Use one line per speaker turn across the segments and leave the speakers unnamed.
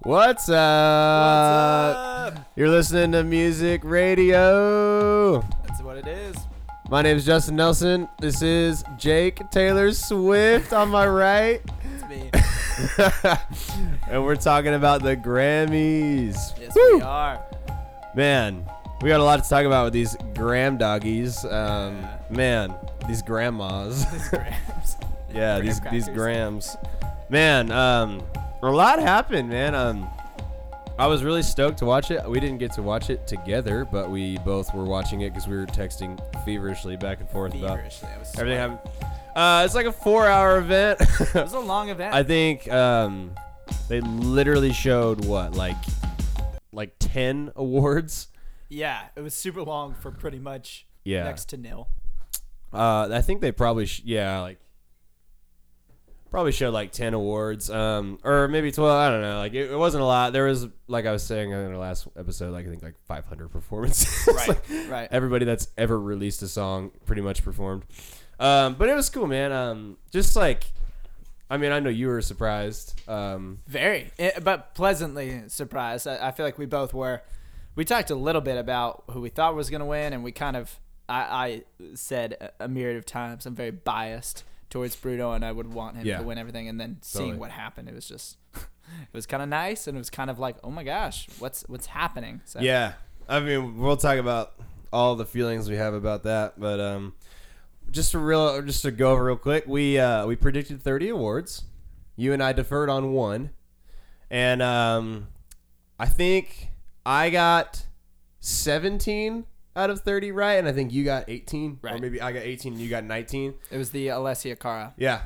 What's up? You're listening to Music Radio.
That's what it is.
My name is Justin Nelson. This is Jake Taylor Swift on my right.
It's me.
and we're talking about the Grammys.
Yes,
Woo!
we are.
Man, we got a lot to talk about with these Gram doggies. Um,
Yeah.
Man, these grandmas.
These grams.
yeah,
Graham
these these
crackers.
grams. Man, um, a lot happened, man. Um, I was really stoked to watch it. We didn't get to watch it together, but we both were watching it because we were texting feverishly back and forth about
Feverishly. I was
everything
sweating.
happened. Uh, it's like a four-hour event.
It was a long event.
I think um, they literally showed what like like ten awards.
yeah, it was super long for pretty much
Yeah.
next to nil.
Uh, I think they probably sh- yeah like probably showed like ten awards, um, or maybe twelve. I don't know. Like it, it wasn't a lot. There was like I was saying in the last episode, like I think like five hundred performances.
Right,
Like,
right.
Everybody that's ever released a song pretty much performed. Um, but it was cool, man. Um, just like, I mean, I know you were surprised. Um,
Very, eh, but pleasantly surprised. I, I feel like we both were. We talked a little bit about who we thought was going to win, and we kind of, I, I said a, a myriad of times, I'm very biased towards Bruno, and I would want him
Yeah.
to win everything. And then seeing
Totally.
what happened, it was just, it was kind of nice, and it was kind of like, oh my gosh, what's what's happening? So
Yeah. I mean, we'll talk about all the feelings we have about that, but um just to real just to go over real quick, we uh we predicted 30 awards. You and I deferred on one. And um I think I got 17 out of 30 right and I think you got 18 or
Right.
maybe I got 18 and you got 19.
it was the Alessia Cara.
Yeah.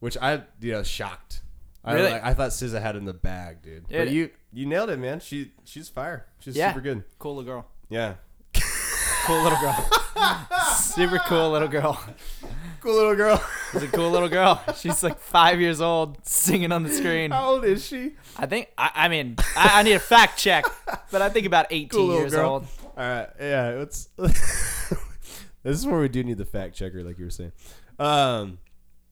Which I you know shocked.
Really?
I, like, I thought SZA had it in the bag, dude.
Yeah.
But you you nailed it, man. She she's fire. She's
Yeah.
super good.
Cool little girl.
Yeah.
Cool little girl. Super cool little girl.
Cool little girl.
She's a cool little girl. She's like five years old, singing on the screen.
How old is she?
I think I, I mean I, I need a fact check, but I think about 18
Cool little
years
girl.
old.
All right. Yeah. Let's. this is where we do need the fact checker, like you were saying. Um.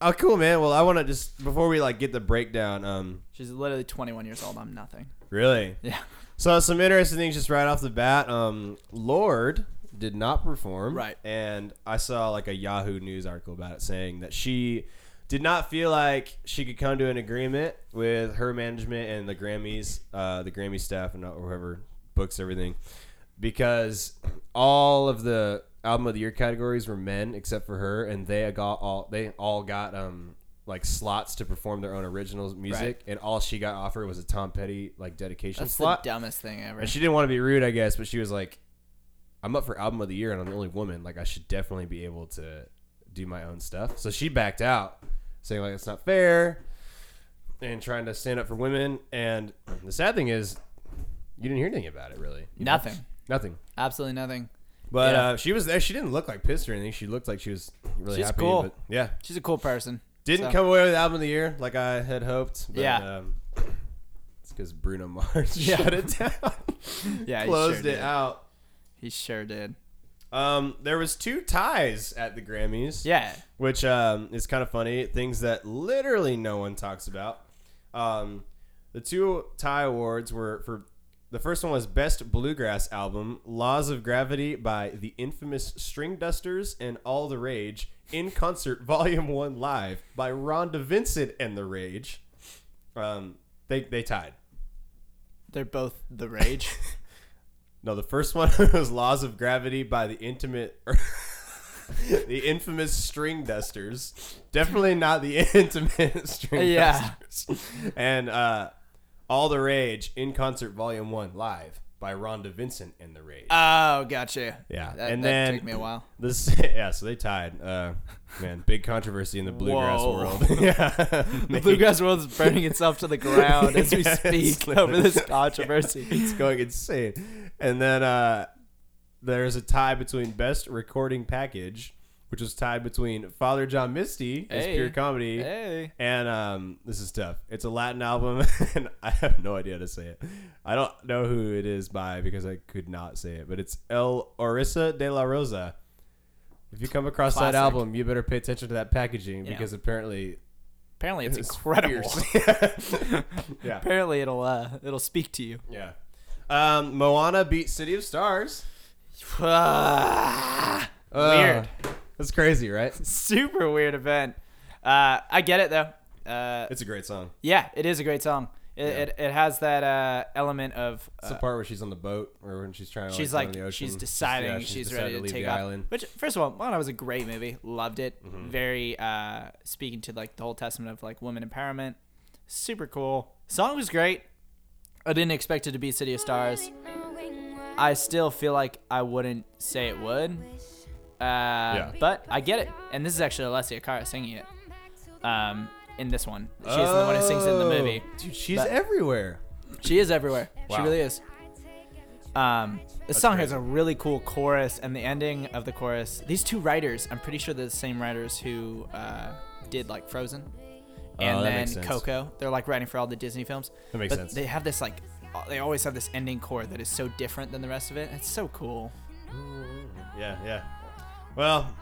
Oh, cool, man. Well, I want to just before we like get the breakdown. Um.
She's literally 21 years old. I'm nothing.
Really.
Yeah.
So some interesting things just right off the bat. Um. Lord did not perform.
Right.
And I saw like a Yahoo News article about it saying that she did not feel like she could come to an agreement with her management and the Grammys, uh, the Grammy staff, and whoever books everything, because all of the album of the year categories were men except for her, and they got all they all got um like slots to perform their own original music, and all she got offered was a Tom Petty like dedication
That's
slot.
the dumbest thing ever.
And she didn't want to be rude, I guess, but she was like, I'm up for album of the year and I'm the only woman. Like, I should definitely be able to do my own stuff. So she backed out, saying, like, it's not fair and trying to stand up for women. And the sad thing is, you didn't hear anything about it, really. You know?
Nothing.
Nothing.
Absolutely nothing.
But
Yeah.
uh, she was there. She didn't look like pissed or anything. She looked like she was really
She's
happy.
cool.
But yeah.
She's a cool person.
Didn't
So-
come away with album of the year like I had hoped. But,
Yeah.
Um, it's because Bruno Mars
Yeah.
shut it down.
Yeah, he
Closed
sure
it
did.
out.
He sure did.
Um, there was two ties at the Grammys,
Yeah.
which um, is kind of funny. Things that literally no one talks about. Um, the two tie awards were for the first one was Best Bluegrass Album, "Laws of Gravity" by the infamous String Dusters and All the Rage in concert, Volume One live by Rhonda Vincent and the Rage. Um, they they tied.
They're both the rage.
No, the first one was Laws of Gravity by the intimate the infamous string dusters. Definitely not the intimate string
Yeah.
dusters. And uh All the Rage in concert volume 1 live by Rhonda Vincent and the Rage.
oh, gotcha.
yeah.
That,
and
that
then
took me a while.
This yeah, so they tied. Uh man, big controversy in the bluegrass
Whoa.
world. yeah.
The bluegrass world is burning itself to the ground as we
Yeah, it's
speak over this
literally-
controversy.
it's going insane. And then uh, there's a tie between best recording package, which was tied between Father John Misty as
Hey.
pure comedy,
Hey.
and um, this is tough. It's a Latin album, and I have no idea how to say it. I don't know who it is by because I could not say it, but it's El Orisa de la Rosa. If you come across
Classic.
that album, you better pay attention to that packaging
Yeah.
because apparently
Apparently, it's,
It's
incredible.
fierce. yeah.
Apparently, it'll uh, it'll speak to you.
Yeah. Um, Moana beat City of Stars.
Ah. Weird.
Uh, That's crazy, right?
super weird event. Uh, I get it though. Uh,
It's a great song.
yeah, it is a great song. It,
Yeah.
it, it has that uh, element of
It's the
uh,
part where she's on the boat or when she's trying to
she's
like, go
like
in the ocean.
she's deciding
yeah,
she's,
decided
ready to,
leave
take
the
off.
island. Mm-hmm.
Which first of all, Moana was a great movie. Loved it. Very uh, speaking to like the whole testament of like women empowerment. Super cool. Song was great. I didn't expect it to be City of Stars. I still feel like I wouldn't say it would. Uh, But I get it. And this is actually Alessia Cara singing it um, in this one. She's the one who sings it in the movie.
Oh, Dude, she's
But-
everywhere.
She is everywhere. She
Wow.
really is. Um, the song has
crazy.
a really cool chorus, and the ending of the chorus. These two writers, I'm pretty sure they're the same writers who uh, did like Frozen and
Oh, that
then
makes sense.
Coco. They're like writing for all the Disney films.
That makes
but
sense.
They have this like, uh, they always have this ending chord that is so different than the rest of it. It's so cool.
Yeah, yeah. Well,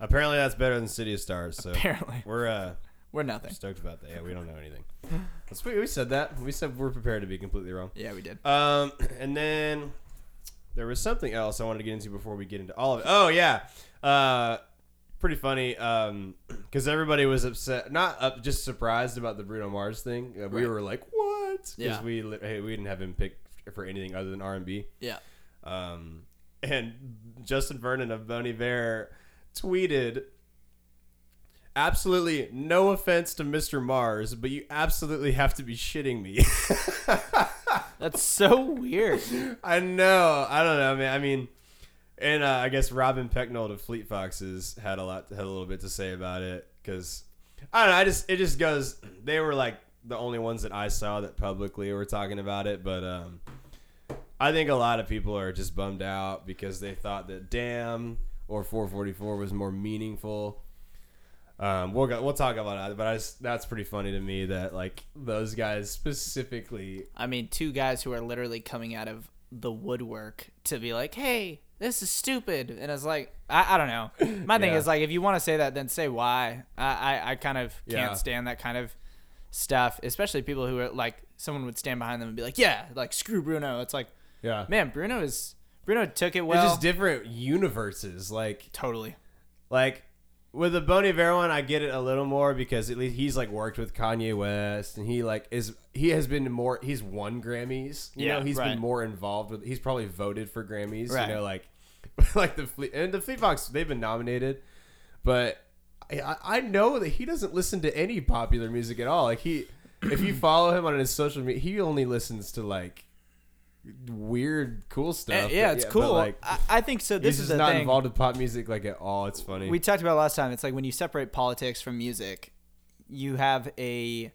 apparently that's better than City of Stars. So
Apparently,
we're uh,
we're nothing.
stoked about that. Yeah, we don't know anything. That's we, we said that. We said we're prepared to be completely wrong.
Yeah, we did.
Um, and then there was something else I wanted to get into before we get into all of it. Oh yeah, uh, pretty funny. Um, because everybody was upset, not up, just surprised about the Bruno Mars thing. Uh, we
Right.
were like, what? Because
Yeah.
we li- hey, we didn't have him picked for anything other than R and B.
Yeah.
Um, and Justin Vernon of Boney Bear tweeted, "Absolutely no offense to Mr. Mars, but you absolutely have to be shitting me."
That's so weird.
I know. I don't know, man. I mean, and uh, I guess Robin Pecknold of Fleet Foxes had a lot, had a little bit to say about it because I don't know. I just it just goes. They were like the only ones that I saw that publicly were talking about it, but um, I think a lot of people are just bummed out because they thought that damn or 444 was more meaningful. Um, we'll go, we'll talk about it, but I just, that's pretty funny to me that like those guys specifically
I mean, two guys who are literally coming out of the woodwork to be like, "Hey, this is stupid," and it's like, I, I don't know. My thing
Yeah.
is like, if you want to say that, then say why. I, I, I kind of can't
Yeah.
stand that kind of stuff, especially people who are like, someone would stand behind them and be like, "Yeah, like screw Bruno." It's like,
yeah
man, Bruno is Bruno took it
They're
well.
just different universes. Like
totally.
like with the Bon Iver one, I get it a little more because at least he's like worked with Kanye West and he like is he has been more he's won Grammys. You
Yeah,
know, he's
right.
been more involved with he's probably voted for Grammys.
Right.
You know, like like the Fleet and the Fleet Fox, they've been nominated, but I- I, I know that he doesn't listen to any popular music at all. Like he if you follow him on his social media, he only listens to like weird cool
Eh,
stuff.
yeah,
But-
it's
but,
cool.
like
I, I think so. This
he's just
is the
not
thing.
involved with pop music like at all. It's funny.
we talked about it last time. It's like when you separate politics from music, you have a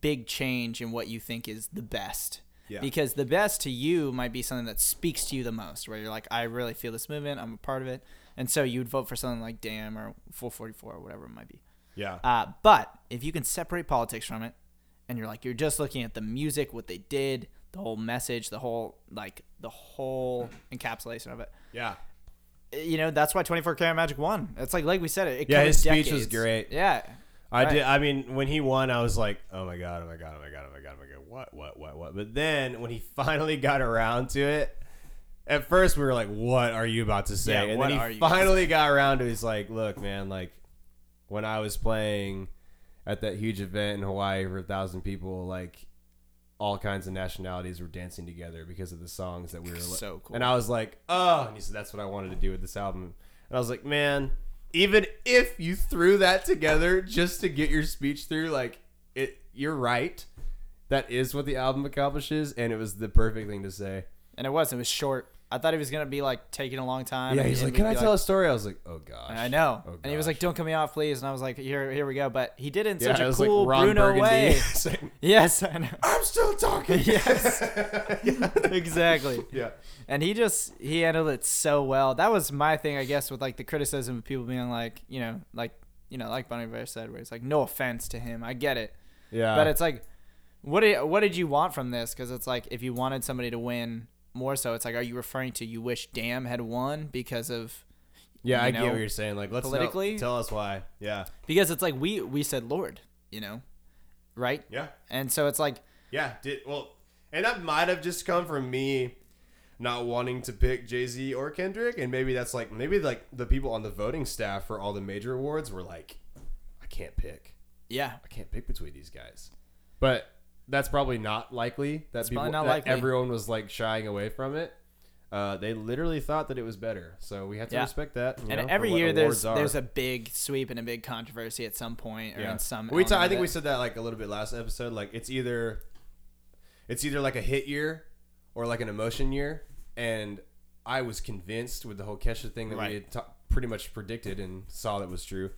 big change in what you think is the best.
Yeah.
Because the best to you might be something that speaks to you the most, where you're like, I really feel this movement, I'm a part of it. And so you'd vote for something like Damn or 444 or whatever it might be.
yeah,
Uh, but if you can separate politics from it, and you're like you're just looking at the music, what they did, the whole message, the whole like the whole encapsulation of it,
yeah,
you know that's why 24 karat magic won it's like like we said it, it
Yeah, his
covers
speech was
decades.
great.
yeah
I
Right.
did. I mean, when he won, I was like, oh my god, oh my god, oh my god, oh my god, oh my god, what, what, what, what? But then when he finally got around to it, at first we were like, what are you about to say?
Yeah,
and
what
then he
are you-
finally got around to. it. He's like, look, man, like when I was playing at that huge event in Hawaii for a thousand people, like. All kinds of nationalities were dancing together because of the songs that we were
So cool.
And I was like, oh, and he said, that's what I wanted to do with this album. And I was like, man, even if you threw that together just to get your speech through, like, it, you're right. That is what the album accomplishes, and it was the perfect thing to say.
and it was it was short i thought he was gonna be like taking a long time
Yeah,
and-
he's
and
like, "Can
be
I tell a story?" I was like, "Oh gosh."
I know,
Oh,
and he was like, "Don't cut me off, please." And I was like, "Here, here we go." But he did it in
Yeah,
such
it
a
was
cool
like Ron
Bruno
Burgundy.
way.
It's like,
yes, I know
I'm still talking.
Yes.
yeah.
exactly.
yeah.
And he just he handled it so well. That was my thing, I guess, with like the criticism of people being like, you know, like you know, like Bonnie Bear said, where it's like, no offense to him, I get it.
Yeah.
but it's like what did, what did you want from this because it's like if you wanted somebody to win more so it's like are you referring to you wish damn had won because of
yeah, I
you know,
get what you're saying. Like, let's not-
politically-
tell us why. Yeah.
because it's like we we said lord you know, right?
Yeah.
And so it's like
Yeah, did well, and that might have just come from me not wanting to pick Jay Z or Kendrick, and maybe that's like maybe like the people on the voting staff for all the major awards were like, I can't pick,
Yeah,
I can't pick between these guys, but that's probably not likely. That people,
probably not
that
likely.
everyone was like shying away from it. Uh, they literally thought that it was better, so we have to
Yeah.
respect that. you
and
know, for
every
what
year
awards
there's
are.
there's a big sweep and a big controversy at some point or in some.
We ta-
element
I
of
think
it.
we said that like a little bit last episode. Like it's either it's either like a hit year or like an emotion year, and I was convinced with the whole Kesha thing that
Right.
we had ta- pretty much predicted and saw that was true,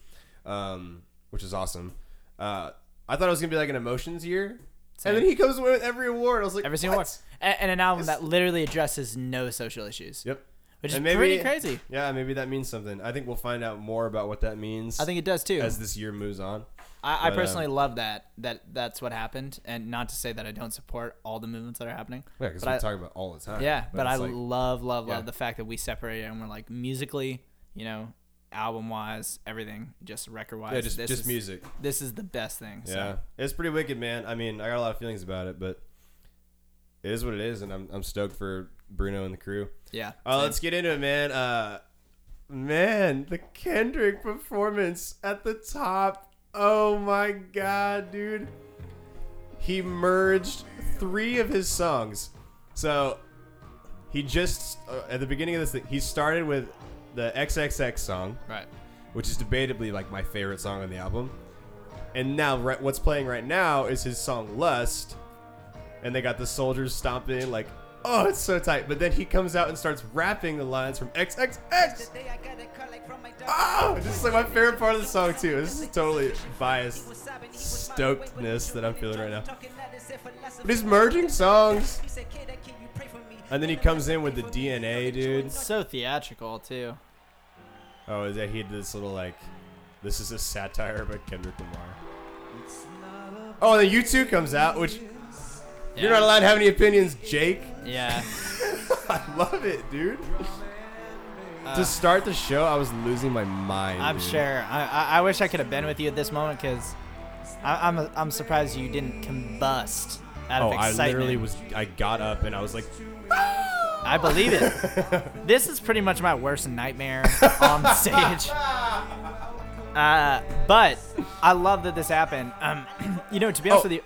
um, which is awesome. Uh, I thought it was gonna be like an emotions year,
Same.
and then he comes away with every award. I was like,
every single
what?
one, A- and an album
It's-
that literally addresses no social issues,
Yep.
which is
And maybe-
pretty crazy.
Yeah, maybe that means something. I think we'll find out more about what that means.
I think it does too.
as this year moves on.
I,
but,
I
um,
personally love that that that's what happened, and not to say that I don't support all the movements that are happening.
Yeah, because
But
we
I-
talk about all the time.
Yeah, but, I
it's like-
love, love,
yeah.
love the fact that we separated and we're like musically, you know, album wise, everything, just record wise.
yeah, just
this
just
is,
music.
This is the best thing. So.
Yeah, it's pretty wicked, man. I mean, I got a lot of feelings about it, but it is what it is, and I'm, I'm stoked for Bruno and the crew.
Yeah.
Uh, let's get into it, man. Uh, man, the Kendrick performance at the top. Oh my god, dude. He merged three of his songs. So he just uh, at the beginning of this thing, he started with the XXX song
Right.
which is debatably like my favorite song on the album. And now, right, what's playing right now is his song "Lust," and they got the soldiers stomping like, oh, it's so tight. But then he comes out and starts rapping the lines from XXX.
Today I got a call like from my dog.
Ah, this is like my favorite part of the song too. This is totally biased stokedness that I'm feeling right now. But he's merging songs, and then he comes in with the DNA, dude.
So theatrical too.
Oh, yeah, he did this little like, this is a satire about Kendrick Lamar. Oh, and then you too comes out, which
Yeah.
You're not allowed to have any opinions, Jake.
Yeah.
I love it, dude. to start the show, I was losing my mind.
Uh, I'm
dude.
sure. I, I, I wish I could have been with you at this moment because I'm I'm surprised you didn't combust out
Oh,
of
I
excitement.
literally was. I got up and I was like,
I believe it. this is pretty much my worst nightmare on stage. Uh, but I love that this happened. Um, you know, to be honest
Oh.
with you,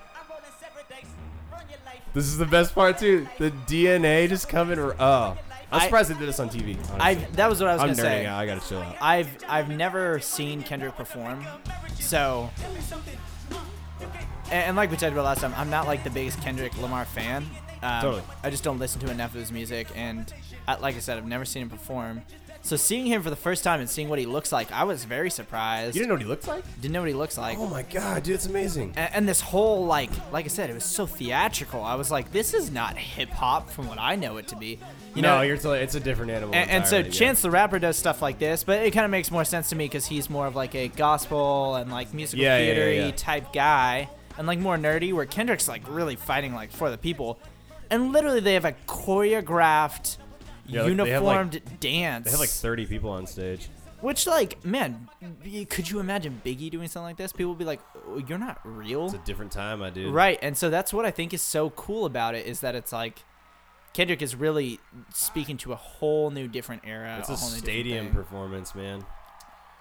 "This is the best part too." The DNA just coming. r- Oh, I'm
I-
surprised they did this on TV. honestly.
I that was what I was
I'm
gonna
nerding
say.
out. I gotta chill out.
I've I've never seen Kendrick perform, so and, and like we talked about last time, I'm not like the biggest Kendrick Lamar fan. Um,
Totally.
I just don't listen to enough of his music, and I, like I said, I've never seen him perform. So seeing him for the first time and seeing what he looks like, I was very surprised.
You didn't know what he looked like?
Didn't know what he looks like.
Oh my god, dude, it's amazing.
and, and this whole like like I said, it was so theatrical. I was like, this is not hip hop from what I know it to be. You
no,
know,
you're totally. It's a different animal.
and, and so
entirely, yeah.
Chance the Rapper does stuff like this, but it kind of makes more sense to me because he's more of like a gospel and like musical
Yeah, yeah, yeah,
theater
yeah.
type guy, and like more nerdy. Where Kendrick's like really fighting like for the people, and literally they have a choreographed,
Yeah, like, they have, like-
uniformed dance.
They have like 30 people on stage.
which like man, y- could you imagine Biggie doing something like this? People would be like, "Oh, "You're not real."
It's a different time, I did.
Right, and so that's what I think is so cool about it is that it's like Kendrick is really speaking to a whole new different era.
It's
a,
a
whole new different
stadium
thing.
performance, man.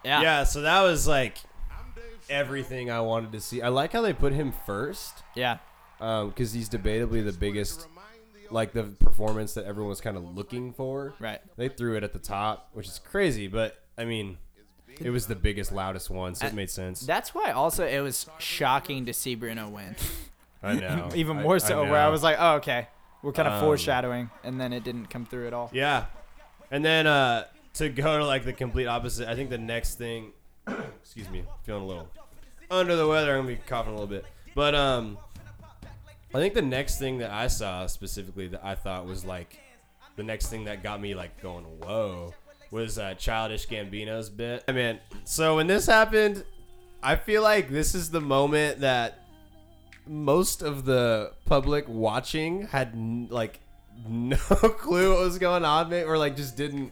yeah. yeah,
yeah, so that was like everything I wanted to see. I like how they put him first because Uh, he's debatably the biggest, like the performance that everyone was kind of looking for.
right.
They threw it at the top, which is crazy, but I mean, it was the biggest, loudest one, so it made sense.
That's why also it was shocking to see Bruno win,
I know,
even
I-
more so. where I
know.
was like, oh okay, we're kind of
Um,
foreshadowing, and then it didn't come through at all.
Yeah. And then uh to go to like the complete opposite, I think the next thing excuse me, feeling a little under the weather, I'm gonna be coughing a little bit. But um I think the next thing that I saw specifically that I thought was like the next thing that got me like going, whoa, was uh, Childish Gambino's bit. I mean, so when this happened, I feel like this is the moment that most of the public watching had n- like no clue what was going on, ma- or like just didn't.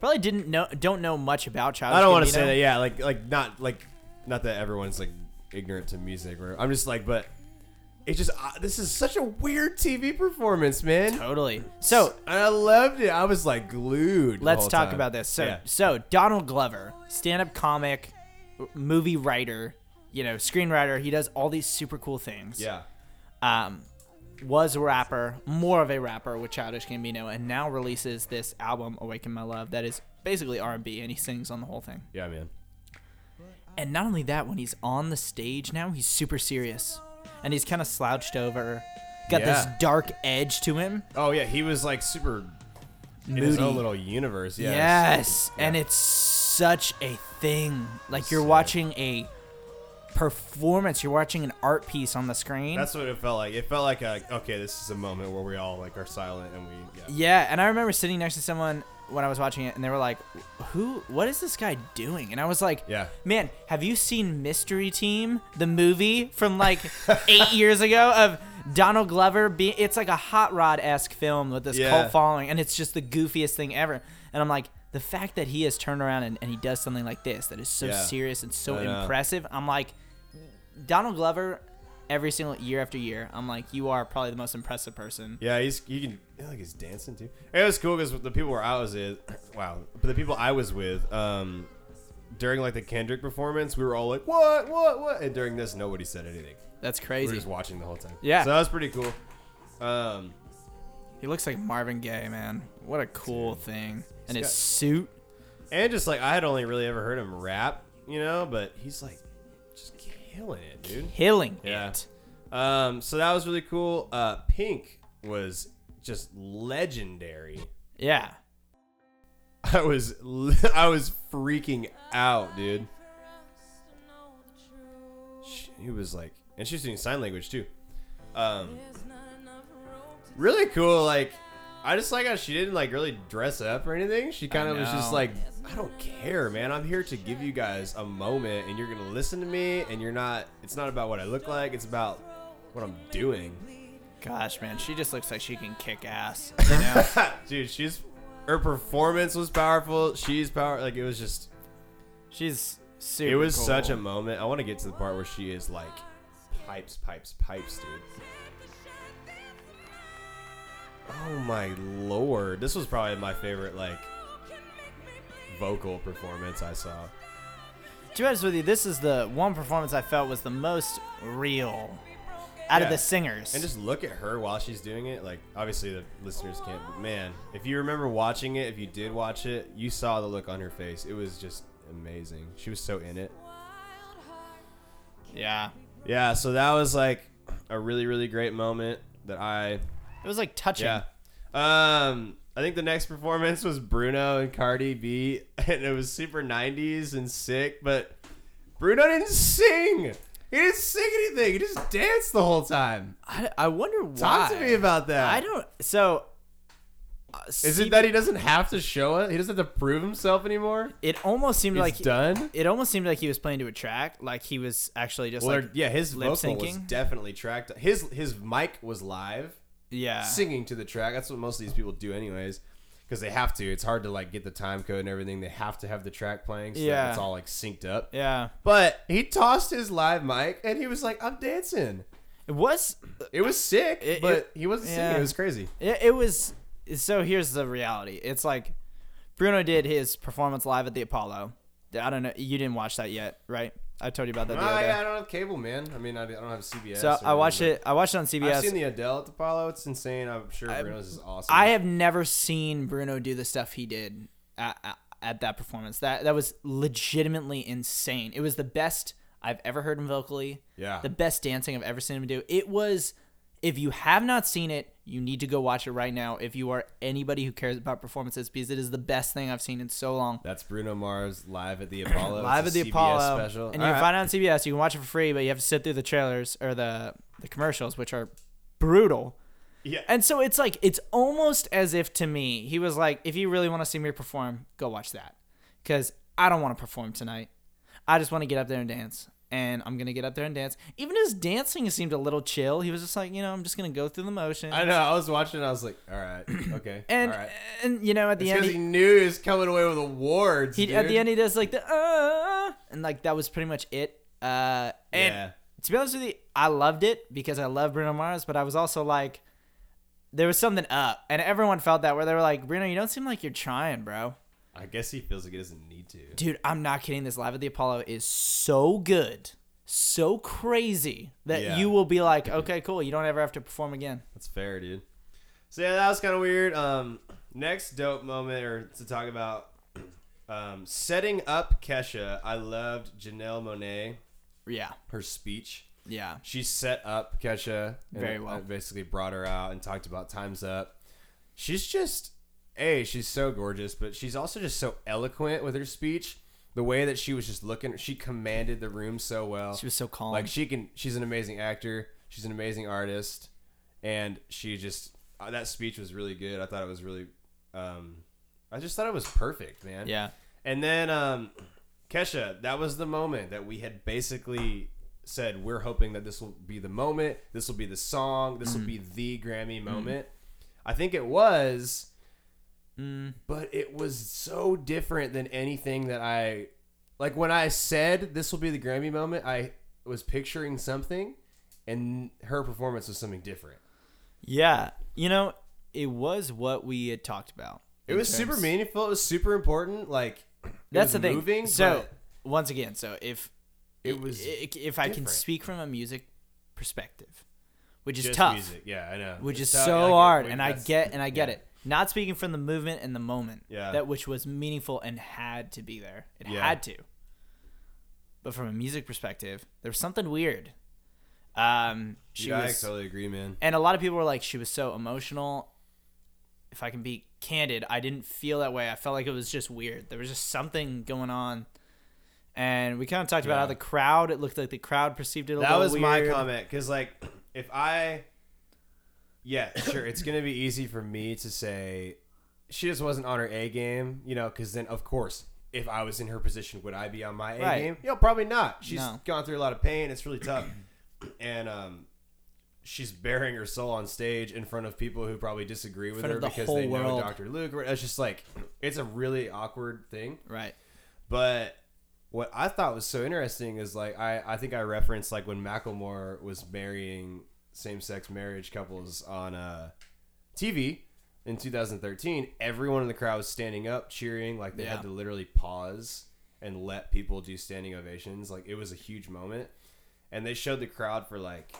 Probably didn't know, don't know much about Childish.
I don't
want
want to say that. Yeah, like like not like not that everyone's like ignorant to music. Or I'm just like, but it just uh, this is such a weird TV performance, man.
Totally. So
And I loved it. I was like glued. the
let's
whole
talk
time.
about this. So
Yeah.
so Donald Glover, stand-up comic, movie writer, you know, screenwriter. He does all these super cool things.
yeah,
um, was a rapper, more of a rapper with Childish Gambino, and now releases this album "Awaken My Love" that is basically R and B, and he sings on the whole thing.
yeah, man.
And not only that, when he's on the stage now, he's super serious, and he's kind of slouched over, got this
Yeah.
dark edge to him.
Oh yeah, he was like super in his
Moody.
own little universe. Yeah,
Yes, and it's such a thing. Like you're
Sick.
watching a performance, you're watching an art piece on the screen.
That's what it felt like. It felt like a okay. This is a moment where we all like are silent and we. Yeah.
Yeah, and I remember sitting next to someone when I was watching it, and they were like, "Who? What is this guy doing?" And I was like,
Yeah.
man, have you seen Mystery Team, the movie from like eight years ago of Donald Glover? Being, it's like a hot rod esque film with this
Yeah.
cult following, and it's just the goofiest thing ever. And I'm like, the fact that he has turned around and, and he does something like this that is so
Yeah.
serious and so
I know.
impressive, I'm like, Donald Glover. Every single year after year, I'm like, you are probably the most impressive person.
Yeah, he's you can yeah, like he's dancing too. It was cool because the people where I was with, wow, but the people I was with, um, during like the Kendrick performance, we were all like, what, what, what, and during this, nobody said anything.
That's
We were
crazy.
just watching the whole time.
Yeah.
so that was pretty cool. Um,
He looks like Marvin Gaye, man. What a cool thing. And his
got-
suit.
and just like I had only really ever heard him rap, you know, but he's like just killing it, dude.
Killing
Yeah.
it.
Um, so that was really cool. Uh, Pink was just legendary.
Yeah.
I was I was freaking out, dude. She, he was like, and she was doing sign language too. Um, really cool. Like, I just like how she didn't like really dress up or anything. She kind of was just
know.
like, I don't care, man. I'm here to give you guys a moment, and you're gonna listen to me, and you're not. It's not about what I look like. It's about what I'm doing.
Gosh, man. She just looks like she can kick ass. You know?
dude, she's her performance was powerful. She's power. Like it was just.
She's super.
It was such a
cool.
moment. I want to get to the part where she is like, pipes, pipes, pipes, dude. Oh my lord! This was probably my favorite like vocal performance I saw.
To be honest with you, this is the one performance I felt was the most real out
Yeah.
of the singers.
And just look at her while she's doing it. Like obviously the listeners can't, but man, if you remember watching it, if you did watch it, you saw the look on her face. It was just amazing. She was so in it.
yeah.
Yeah, so that was like a really really great moment that I
It was like touching.
yeah. Um I think the next performance was Bruno and Cardi B and it was super 90s and sick, but Bruno didn't sing. He didn't sing anything. He just danced the whole time.
I, I wonder why.
Talk to me about that.
I don't. So. uh,
Is
see-
it that he doesn't have to show it? He doesn't have to prove himself anymore?
It almost seemed
He's
like.
done?
It almost seemed like he was playing to a track. Like he was actually just
Well,
like.
yeah, his
lip
vocal was
syncing?
definitely tracked. His his mic was live.
Yeah.
singing to the track. That's what most of these people do, anyways, because they have to. It's hard to like get the time code and everything. They have to have the track playing, so that
Yeah.
it's all like synced up.
Yeah.
But he tossed his live mic and he was like, "I'm dancing."
It was
It was sick,
It-
but
it-
he wasn't
yeah.
singing. It was crazy.
it, it was so here's the reality. It's like Bruno did his performance live at the Apollo. I don't know you didn't watch that yet, right? I told you about that
I,
the other
I
day.
don't have cable, man. I mean, I don't have CBS.
So
or
I watched
whatever,
it I watched it on
but
CBS.
I've seen the Adele at the Apollo. It's insane. I'm sure Bruno's is awesome.
I have never seen Bruno do the stuff he did at, at, at that performance. That that was legitimately insane. It was the best I've ever heard him vocally.
Yeah.
The best dancing I've ever seen him do. It was if you have not seen it, you need to go watch it right now if you are anybody who cares about performances because it is the best thing I've seen in so long.
That's Bruno Mars live at the Apollo.
Live at
It's
the
a CBS
Apollo.
special.
And you
All
can
right.
find it on CBS. You can watch it for free, but you have to sit through the trailers or the the commercials, which are brutal.
Yeah.
And so it's like it's almost as if to me he was like, if you really want to see me perform, go watch that, because I don't want to perform tonight. I just want to get up there and dance, and I'm gonna get up there and dance. Even his dancing seemed a little chill. He was just like, you know, I'm just gonna go through the motion.
I know. I was watching. I was like, "All right, okay."
and
all right.
and you know at the end
Because
he-
he knew he was coming away with awards.
He at the
dude.
end he does like the uh, and like that was pretty much it. Uh, and
yeah.
to be honest with you, I loved it because I love Bruno Mars, but I was also like, there was something up, and everyone felt that where they were like, Bruno, you don't seem like you're trying, bro.
I guess he feels like he doesn't need to.
Dude, I'm not kidding. This live at the Apollo is so good, so crazy that
Yeah.
you will be like, okay, cool, you don't ever have to perform again.
That's fair, dude. So yeah, that was kind of weird. Um, next dope moment or to talk about um, setting up Kesha. I loved Janelle Monet
Yeah,
her speech.
yeah,
She set up Kesha and
Very well.
I basically brought her out and talked about times up. She's just a she's so gorgeous, but she's also just so eloquent with her speech. The way that she was just looking, she commanded the room so well.
she was so calm.
Like she can, she's an amazing actor. She's an amazing artist, and she just uh, that speech was really good. I thought it was really, um, I just thought it was perfect, man.
yeah,
And then um, Kesha, that was the moment that we had basically said we're hoping that this will be the moment, this will be the song, this will be
Mm-hmm.
the Grammy moment. I think it was,
Mm.
but it was so different than anything that I like when I said this will be the Grammy moment, I was picturing something and her performance was something different.
yeah. You know, it was what we had talked about.
It
in
was super
terms-
meaningful, it was super important, like it
That's
was
the thing.
moving,
so
but
once again, so if
It was
if, I can
different.
speak from a music perspective, which is
just
tough,
music. Yeah, I know.
which
It's
is
tough.
so
I get-
hard,
wait,
and I
that's-
get and I get
yeah.
it. Not speaking from the movement and the moment,
Yeah.
that which was meaningful and had to be there. It
Yeah.
had to. But from a music perspective, there was something weird. Um, she
yeah,
was,
I totally agree, man.
and a lot of people were like, she was so emotional. If I can be candid, I didn't feel that way. I felt like it was just weird. There was just something going on. And we kind of talked about
Yeah.
how the crowd, it looked like the crowd perceived it a
That
little
was my
weird.
comment because, like, if I, yeah, sure, it's gonna be easy for me to say she just wasn't on her A game, you know, because then of course. If I was in her position, would I be on my A
Right.
game? You know, probably not. She's
No.
gone through a lot of pain. It's really tough, and um, she's bearing her soul on stage in front of people who probably disagree with
front
her
of the
because
whole
they know
world.
Dr. Luke. or- It's just like it's a really awkward thing.
Right.
But what I thought was so interesting is like I, I think I referenced like when Macklemore was marrying same sex marriage couples on uh, TV in 2013. Everyone in the crowd was standing up, cheering. Like they
Yeah.
had to literally pause and let people do standing ovations. Like it was a huge moment, and they showed the crowd for like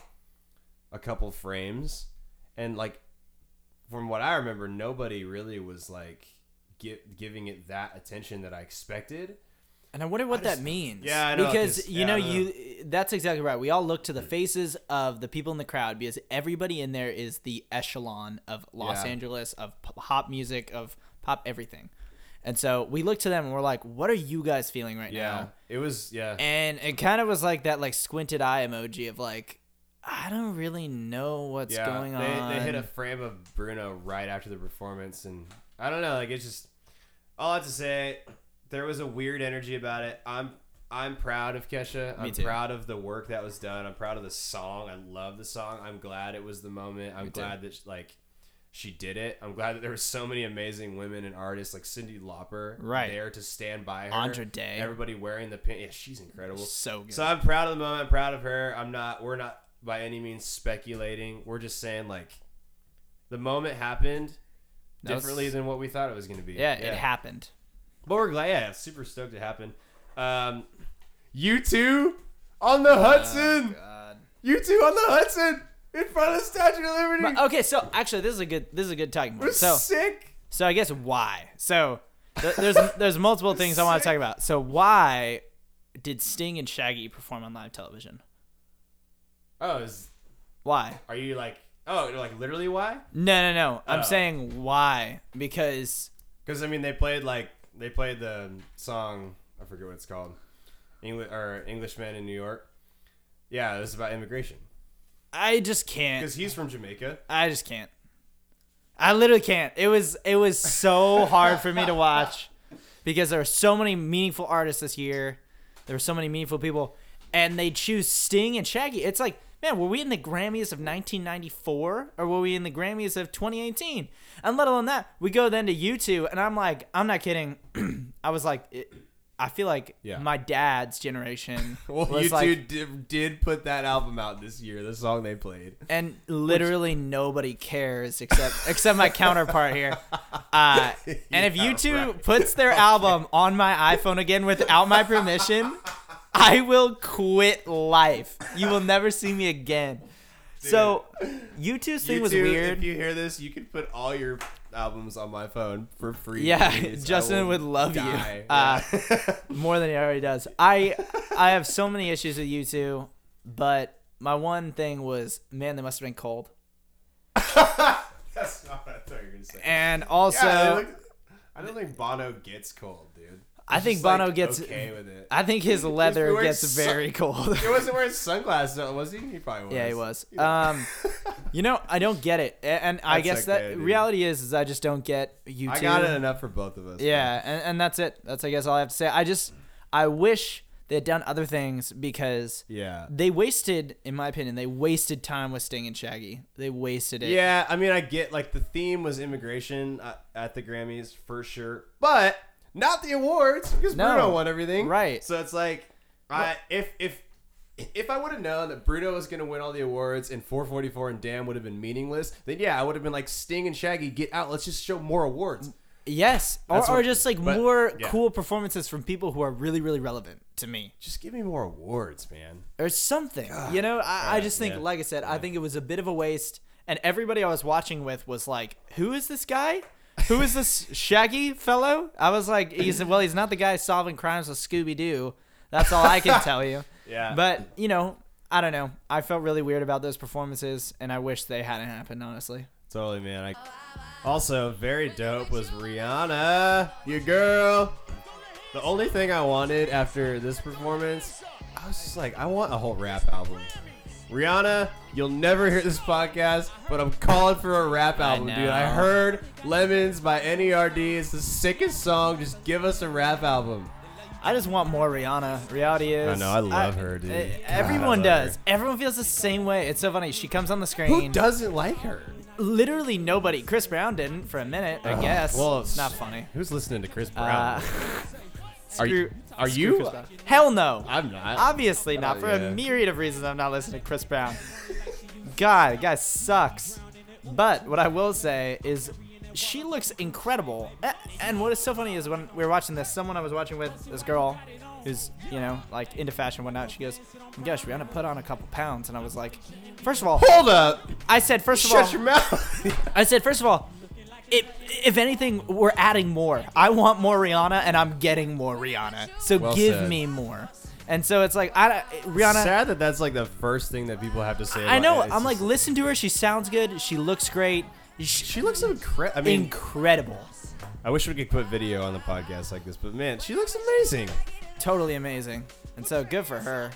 a couple frames, and like from what I remember, nobody really was like gi- giving it that attention that I expected.
And I wonder what
just-
that means.
Yeah, I know,
Because
'cause-
you
yeah,
know,
I don't
you that's exactly right. We all look to the faces of the people in the crowd because everybody in there is the echelon of Los
Yeah.
Angeles, of p- pop music, of pop everything. And so we look to them and we're like, what are you guys feeling right
Yeah,
now?
it was. Yeah,
And it kind of was like that like squinted eye emoji of like, I don't really know what's
yeah.
going
they,
on.
they hit a frame of Bruno right after the performance, and I don't know. Like it's just all I have to say. There was a weird energy about it. I'm I'm proud of Kesha. I'm
too.
proud of the work that was done. I'm proud of the song. I love the song. I'm glad it was the moment. I'm
too.
glad that like she did it. I'm glad that there were so many amazing women and artists like Cindy Lauper
Right.
there to stand by her.
Andra Day.
Everybody wearing the pin. Yeah, she's incredible.
so good.
So I'm proud of the moment. I'm proud of her. I'm not. We're not by any means speculating. We're just saying like, the moment happened
That was-
differently than what we thought it was going to be.
yeah, it happened.
But we're glad. Yeah, super stoked it happened. Um, you two on the Hudson.
God.
you two on the Hudson in front of the Statue of Liberty.
But, okay, so actually, this is a good this is a good talking
We're
point. So
sick.
So I guess why? So th- there's there's multiple things I want to talk about. So why did Sting and Shaggy perform on live television?
Oh, is,
Why?
are you like? Oh, you're like literally why?
No, no, no. I'm
Oh.
saying why because
Because I mean, they played like they played the song. I forget what it's called. English or Englishman in New York. Yeah, it was about immigration
I just can't.
because he's from Jamaica.
I just can't. I literally can't. It was it was so hard for me to watch because there were so many meaningful artists this year. There were so many meaningful people, and they choose Sting and Shaggy. It's like, man, were we in the Grammys of 1994 or were we in the Grammys of 2018? And let alone that, we go then to U2, and I'm like, I'm not kidding. I was like, it, I feel like
Yeah.
my dad's generation
Well,
was
you
like,
two did, did put that album out this year. The song they played.
and literally nobody cares except except my counterpart here. Uh, and if
Yeah,
you two
right.
puts their album on my iPhone again without my permission, I will quit life. You will never see me again. So, you two's thing
You
was
two,
weird.
If you hear this, you can put all your albums on my phone for free.
Yeah,
please. I
Justin
will
would love you.
die.
Uh,
Yeah.
more than he already does. I I have so many issues with you two, but my one thing was, man, they must have been cold.
That's not what I thought you were gonna say.
And also,
Yeah, they look- I don't think Bono gets cold, dude.
I
He's
think
just,
Bono
like,
gets-
okay with it.
I think his leather
wearing
gets
so-
very cold.
He wasn't wearing sunglasses, though, was he? He probably was.
yeah, he was.
Yeah.
Um, you know, I don't get it, A- and I
That's
guess
okay,
that
dude.
reality is, is I just don't get you two.
I got it enough for both of us.
Yeah, and, and that's it. That's I guess all I have to say. I just I wish they had done other things because
Yeah.
they wasted, in my opinion, they wasted time with Sting and Shaggy. They wasted it.
Yeah, I mean, I get like the theme was immigration uh, at the Grammys for sure, but not the awards because
No.
Bruno won everything,
Right.
So it's like, I if if if I would have known that Bruno was going to win all the awards and 444 and Damn would have been meaningless, then yeah, I would have been like Sting and Shaggy, get out, let's just show more
Mm.
awards.
Yes, or,
That's
or
what-
just like
but-
more
yeah.
cool performances from people who are really, really relevant to me,
Just give me more awards, man.
or something. you know, I, I
God,
just think,
Ah, yeah.
like I said, I think it was a bit of a waste. And everybody I was watching with was like, "Who is this guy? Who is this Shaggy fellow?" I was like, "He's well, he's not the guy solving crimes with Scooby Doo. That's all I can tell you."
Yeah.
But you know, I don't know. I felt really weird about those performances, and I wish they hadn't happened. Honestly.
Totally, man. I also very dope was Rihanna, your girl. The only thing I wanted after this performance, I was just like, I want a whole rap album. Rihanna, you'll never hear this podcast, but I'm calling for a rap album, dude. I
know.
heard "Lemons" by N.E.R.D. is the sickest song. Just give us a rap album.
I just want more Rihanna. Reality is.
I know, I love her, dude.
eh,
God, I
Everyone
love
does.
her.
Everyone feels the same way. It's so funny. She comes on the
Who
screen.
doesn't like her?
Literally nobody. Chris Brown didn't for a minute, I guess.
well,
it's not funny.
Who's listening to Chris
Uh,
Brown? are you?
screw-
Are
screw
you?
Chris Brown. Hell no.
I'm not.
Obviously not.
Oh,
For
yeah.
a myriad of reasons, I'm not listening to Chris Brown. God, the guy sucks. But what I will say is, she looks incredible. A- And what is so funny is when we were watching this, someone I was watching with, this girl, who's you know like into fashion and whatnot, she goes, "Oh my "Gosh, Rihanna put on a couple pounds," and I was like, first of all,
Hold up!
I said, first of all,
Shut your mouth.
I said, first of all." It, if anything, we're adding more. I want more Rihanna, and I'm getting more Rihanna. So
Well
give
said.
me more. And so it's like I don't- Rihanna.
sad that that's like the first thing that people have to say.
I
about
know.
it. It's
I'm like,
just-
listen to her. She sounds good. She looks great. She's
she looks incredible. I mean,
incredible.
I wish we could put video on the podcast like this, but man, she looks amazing.
Totally amazing. And so good for her.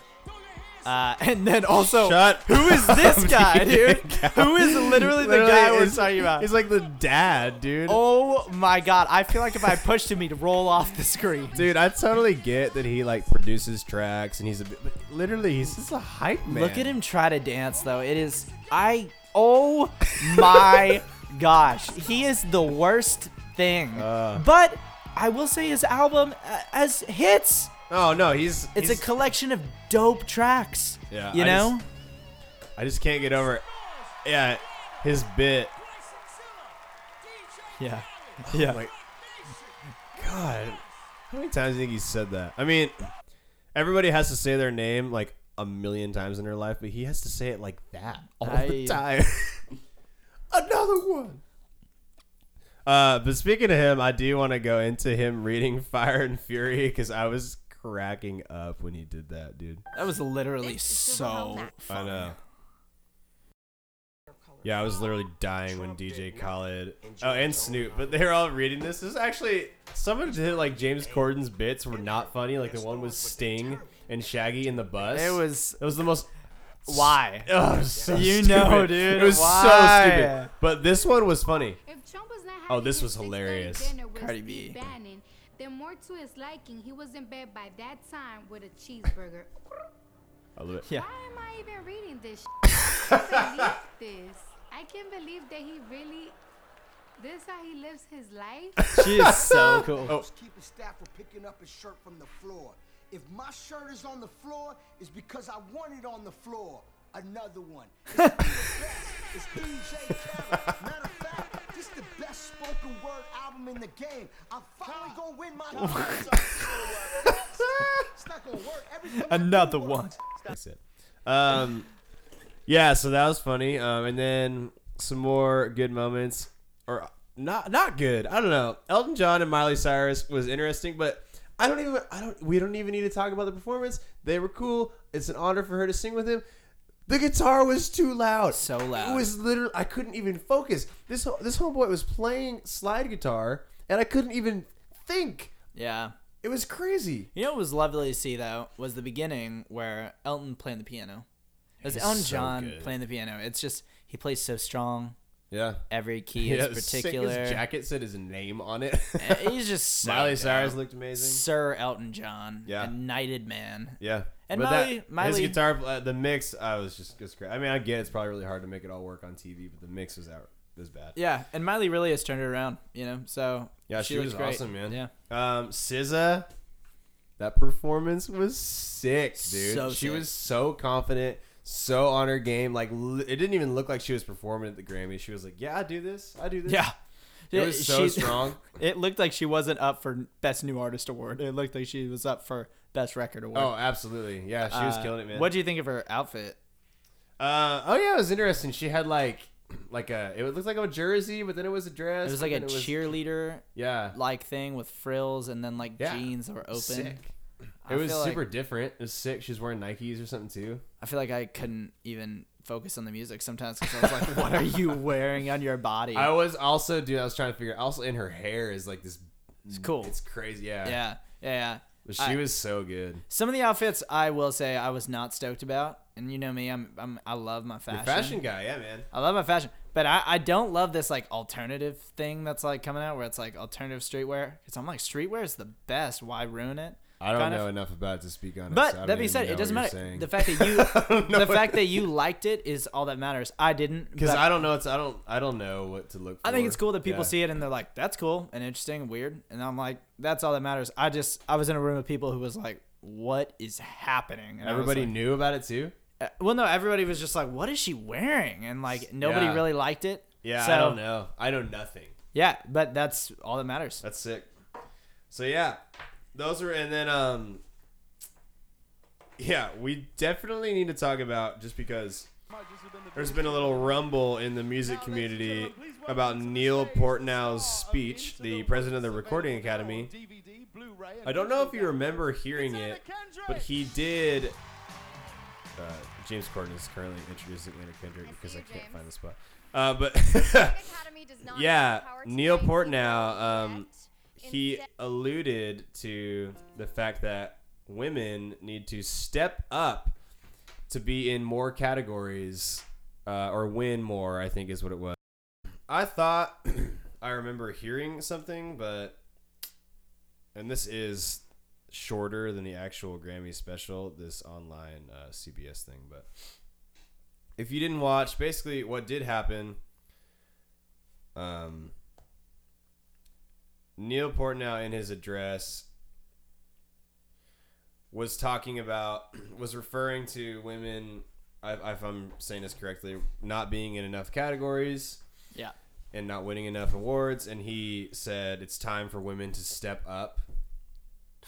Uh, and then also,
Shut
who is this
up,
guy, dude?
dude.
Who is literally the guy we're
it's-
talking about?
He's like the dad, dude.
Oh my god! I feel like if I pushed him, he'd roll off the screen.
Dude, I totally get that he like produces tracks and he's a bit, but literally he's just a hype man.
Look at him try to dance, though. It is I. Oh my gosh, he is the worst thing.
Uh.
but I will say his album uh, as hits.
Oh no, he's
It's
he's-
a collection of dope tracks.
Yeah,
You
I
know?
just- I just can't get over. Yeah, his bit.
yeah. Yeah.
Like, God, how many times do you think he said that? I mean, everybody has to say their name like a million times in their life, but he has to say it like that all the
I-
time. Another one. Uh, but speaking of him, I do want to go into him reading Fire and Fury because I was cracking up when he did that, dude.
that was literally
It's
so
Superman.
I know.
color.
uh, Yeah, I was literally dying when DJ Khaled, oh, and Snoop, but they were all reading this. This is actually some of the like James Corden's bits were not funny. Like the one with Sting and Shaggy in the bus.
It was
It was the most.
why?
Oh, it was so
You
stupid.
know, dude,
It was
why?
so stupid. But this one was funny.
If Trump was not
Oh,
having
this
his
was
6:30
hilarious.
dinner with
Cardi
Steve
B.
Bannon, then more to his liking, he was in bed by that time with a cheeseburger.
I love it.
Yeah.
Why am I even reading this? shit? I can't believe this. I can't believe that he really This how he lives his life?
She is so cool.
Just keep a staff for picking up his shirt from the floor. If my shirt is on the floor, it's because I want it on the floor. Another one. It's the best. It's DJ Khaled. Matter of fact, this the best spoken word album in the game. I'm finally gonna win my. it's not gonna work. Every time I do
Another
it
one.
That's it. Um, yeah, so that was funny. Um, and then some more good moments, or not not good. I don't know. Elton John and Miley Cyrus was interesting, but I don't even. I don't. We don't even need to talk about the performance. They were cool. It's an honor for her to sing with him. The guitar was too loud.
So loud.
It was literally. I couldn't even focus. This ho- this homeboy was playing slide guitar, and I couldn't even think.
Yeah.
It was crazy.
You know what was lovely to see though was the beginning where Elton playing the piano. It was
He's
Elton
so
John
good.
playing the piano. It's just he plays so strong.
Yeah.
Every key
Yeah, it
is
was
particular.
Sick. His jacket said his name on it.
He's just so
Miley
dope.
Cyrus looked amazing.
Sir Elton John,
Yeah.
a knighted man.
Yeah,
And
But
Miley- Miley-
his guitar, uh, the mix, I was just, just great. I mean, I get it's probably really hard to make it all work on TV, but the mix was out was bad.
Yeah, and Miley really has turned it around. You know, so
Yeah, she,
looks
was
great.
awesome, man.
Yeah,
Um, SZA, that performance was sick, dude.
So
she
sick.
was so confident, so on her game. Like li- it didn't even look like she was performing at the Grammys. She was like, "Yeah, I do this. I do this."
yeah.
it was so
She-
strong.
It looked like she wasn't up for best new artist award. It looked like she was up for best record award.
Oh, absolutely. Yeah, she was
Uh,
killing it, man.
What do you think of her outfit?
Uh, oh yeah, it was interesting. She had like like a it looked like a jersey, but then it was a dress.
It was like a
but then it
cheerleader
Yeah,
like thing with frills and then like
Yeah.
jeans that were open.
Sick.
I
It was
feel like-
super different. It was sick. She's wearing Nikes or something too.
I feel like I couldn't even focus on the music sometimes because I was like, "What are you wearing on your body?"
I was also, dude. I was trying to figure. Also, in her hair is like this.
it's cool.
It's crazy. Yeah.
yeah, yeah, yeah.
But she
I-
was so good.
Some of the outfits I will say I was not stoked about, and you know me, I'm, I'm I love my
The
fashion.
fashion guy, yeah, man.
I love my fashion, but I, I don't love this like alternative thing that's like coming out where it's like alternative streetwear. Because I'm like streetwear is the best. Why ruin it?
I don't
Kind of.
know enough about it to speak on it.
But
so I don't
that being
even
said,
know
it doesn't
what
matter.
you're saying.
The fact that you,
know
the
what-
fact that you liked it is all that matters. I didn't
because
but
I don't know, it's I don't I don't know what to look. for.
I think it's cool that people
Yeah.
see it and they're like, "That's cool and interesting and weird," and I'm like, "That's all that matters." I just I was in a room of people who was like, "What is happening?" And I was
Everybody
like-
knew about it too.
Uh, well, no, everybody was just like, "What is she wearing?" And like nobody
Yeah.
really liked it.
Yeah,
So,
I don't know. I know nothing.
Yeah, but that's all that matters.
That's sick. So yeah, those were, and then um, yeah, we definitely need to talk about just because there's been a little rumble in the music community about Neil Portnow's speech, the president of the Recording Academy. I don't know if you remember hearing it, but he did. Uh, James Corden is currently introducing Anna Kendrick because I can't find the spot. Uh, but yeah, Neil Portnow, um, he alluded to the fact that women need to step up to be in more categories uh, or win more, I think is what it was. I thought I remember hearing something, but. And this is shorter than the actual Grammy special, this online uh, CBS thing, but. If you didn't watch, basically what did happen um, Neil Portnow in his address was talking about was referring to women, I- if I'm saying this correctly, not being in enough categories
Yeah.
and not winning enough awards and he said it's time for women to step up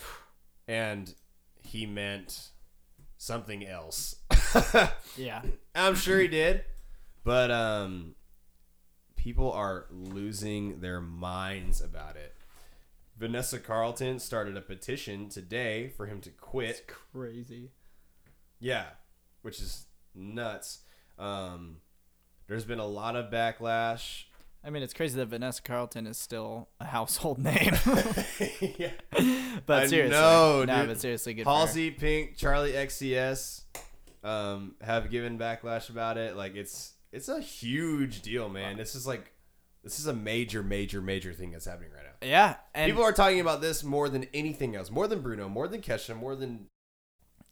and he meant something else
Yeah.
i'm sure he did but um people are losing their minds about it vanessa carlton started a petition today for him to quit
Crazy.
yeah, which is nuts. Um, there's been a lot of backlash.
I mean, it's crazy that Vanessa Carlton is still a household name.
yeah.
but
I
seriously,
know,
no,
dude.
but seriously, good. for her.
Halsey, Pink, Charlie XCS um, have given backlash about it. Like it's it's a huge deal, man. This is like this is a major, major, major thing that's happening right now.
Yeah, and
People are talking about this more than anything else, more than Bruno, more than Kesha, more than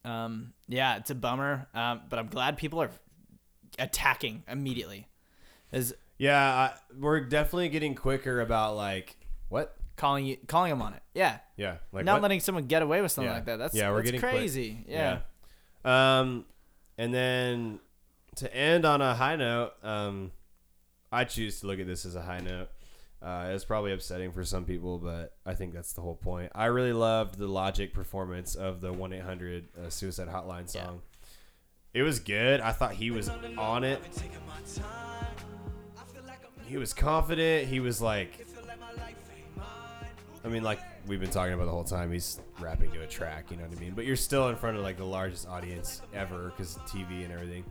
um, yeah, it's a bummer. Um, but I'm glad people are attacking immediately. Is
Yeah, I, we're definitely getting quicker about like what?
calling you calling them on it. Yeah,
Yeah, like
not
what?
letting someone get away with something
Yeah.
like that. That's
Yeah, we're
that's
getting quick.
crazy. Yeah.
Yeah. Um, and then to end on a high note, um, I choose to look at this as a high note. Uh, it's probably upsetting for some people, but I think that's the whole point. I really loved the Logic performance of the 1 800 uh, Suicide Hotline song. It was good. I thought he was on it. He was confident. He was like, I mean, like we've been talking about the whole time, he's rapping to a track, you know what I mean? But you're still in front of like the largest audience ever because TV and everything.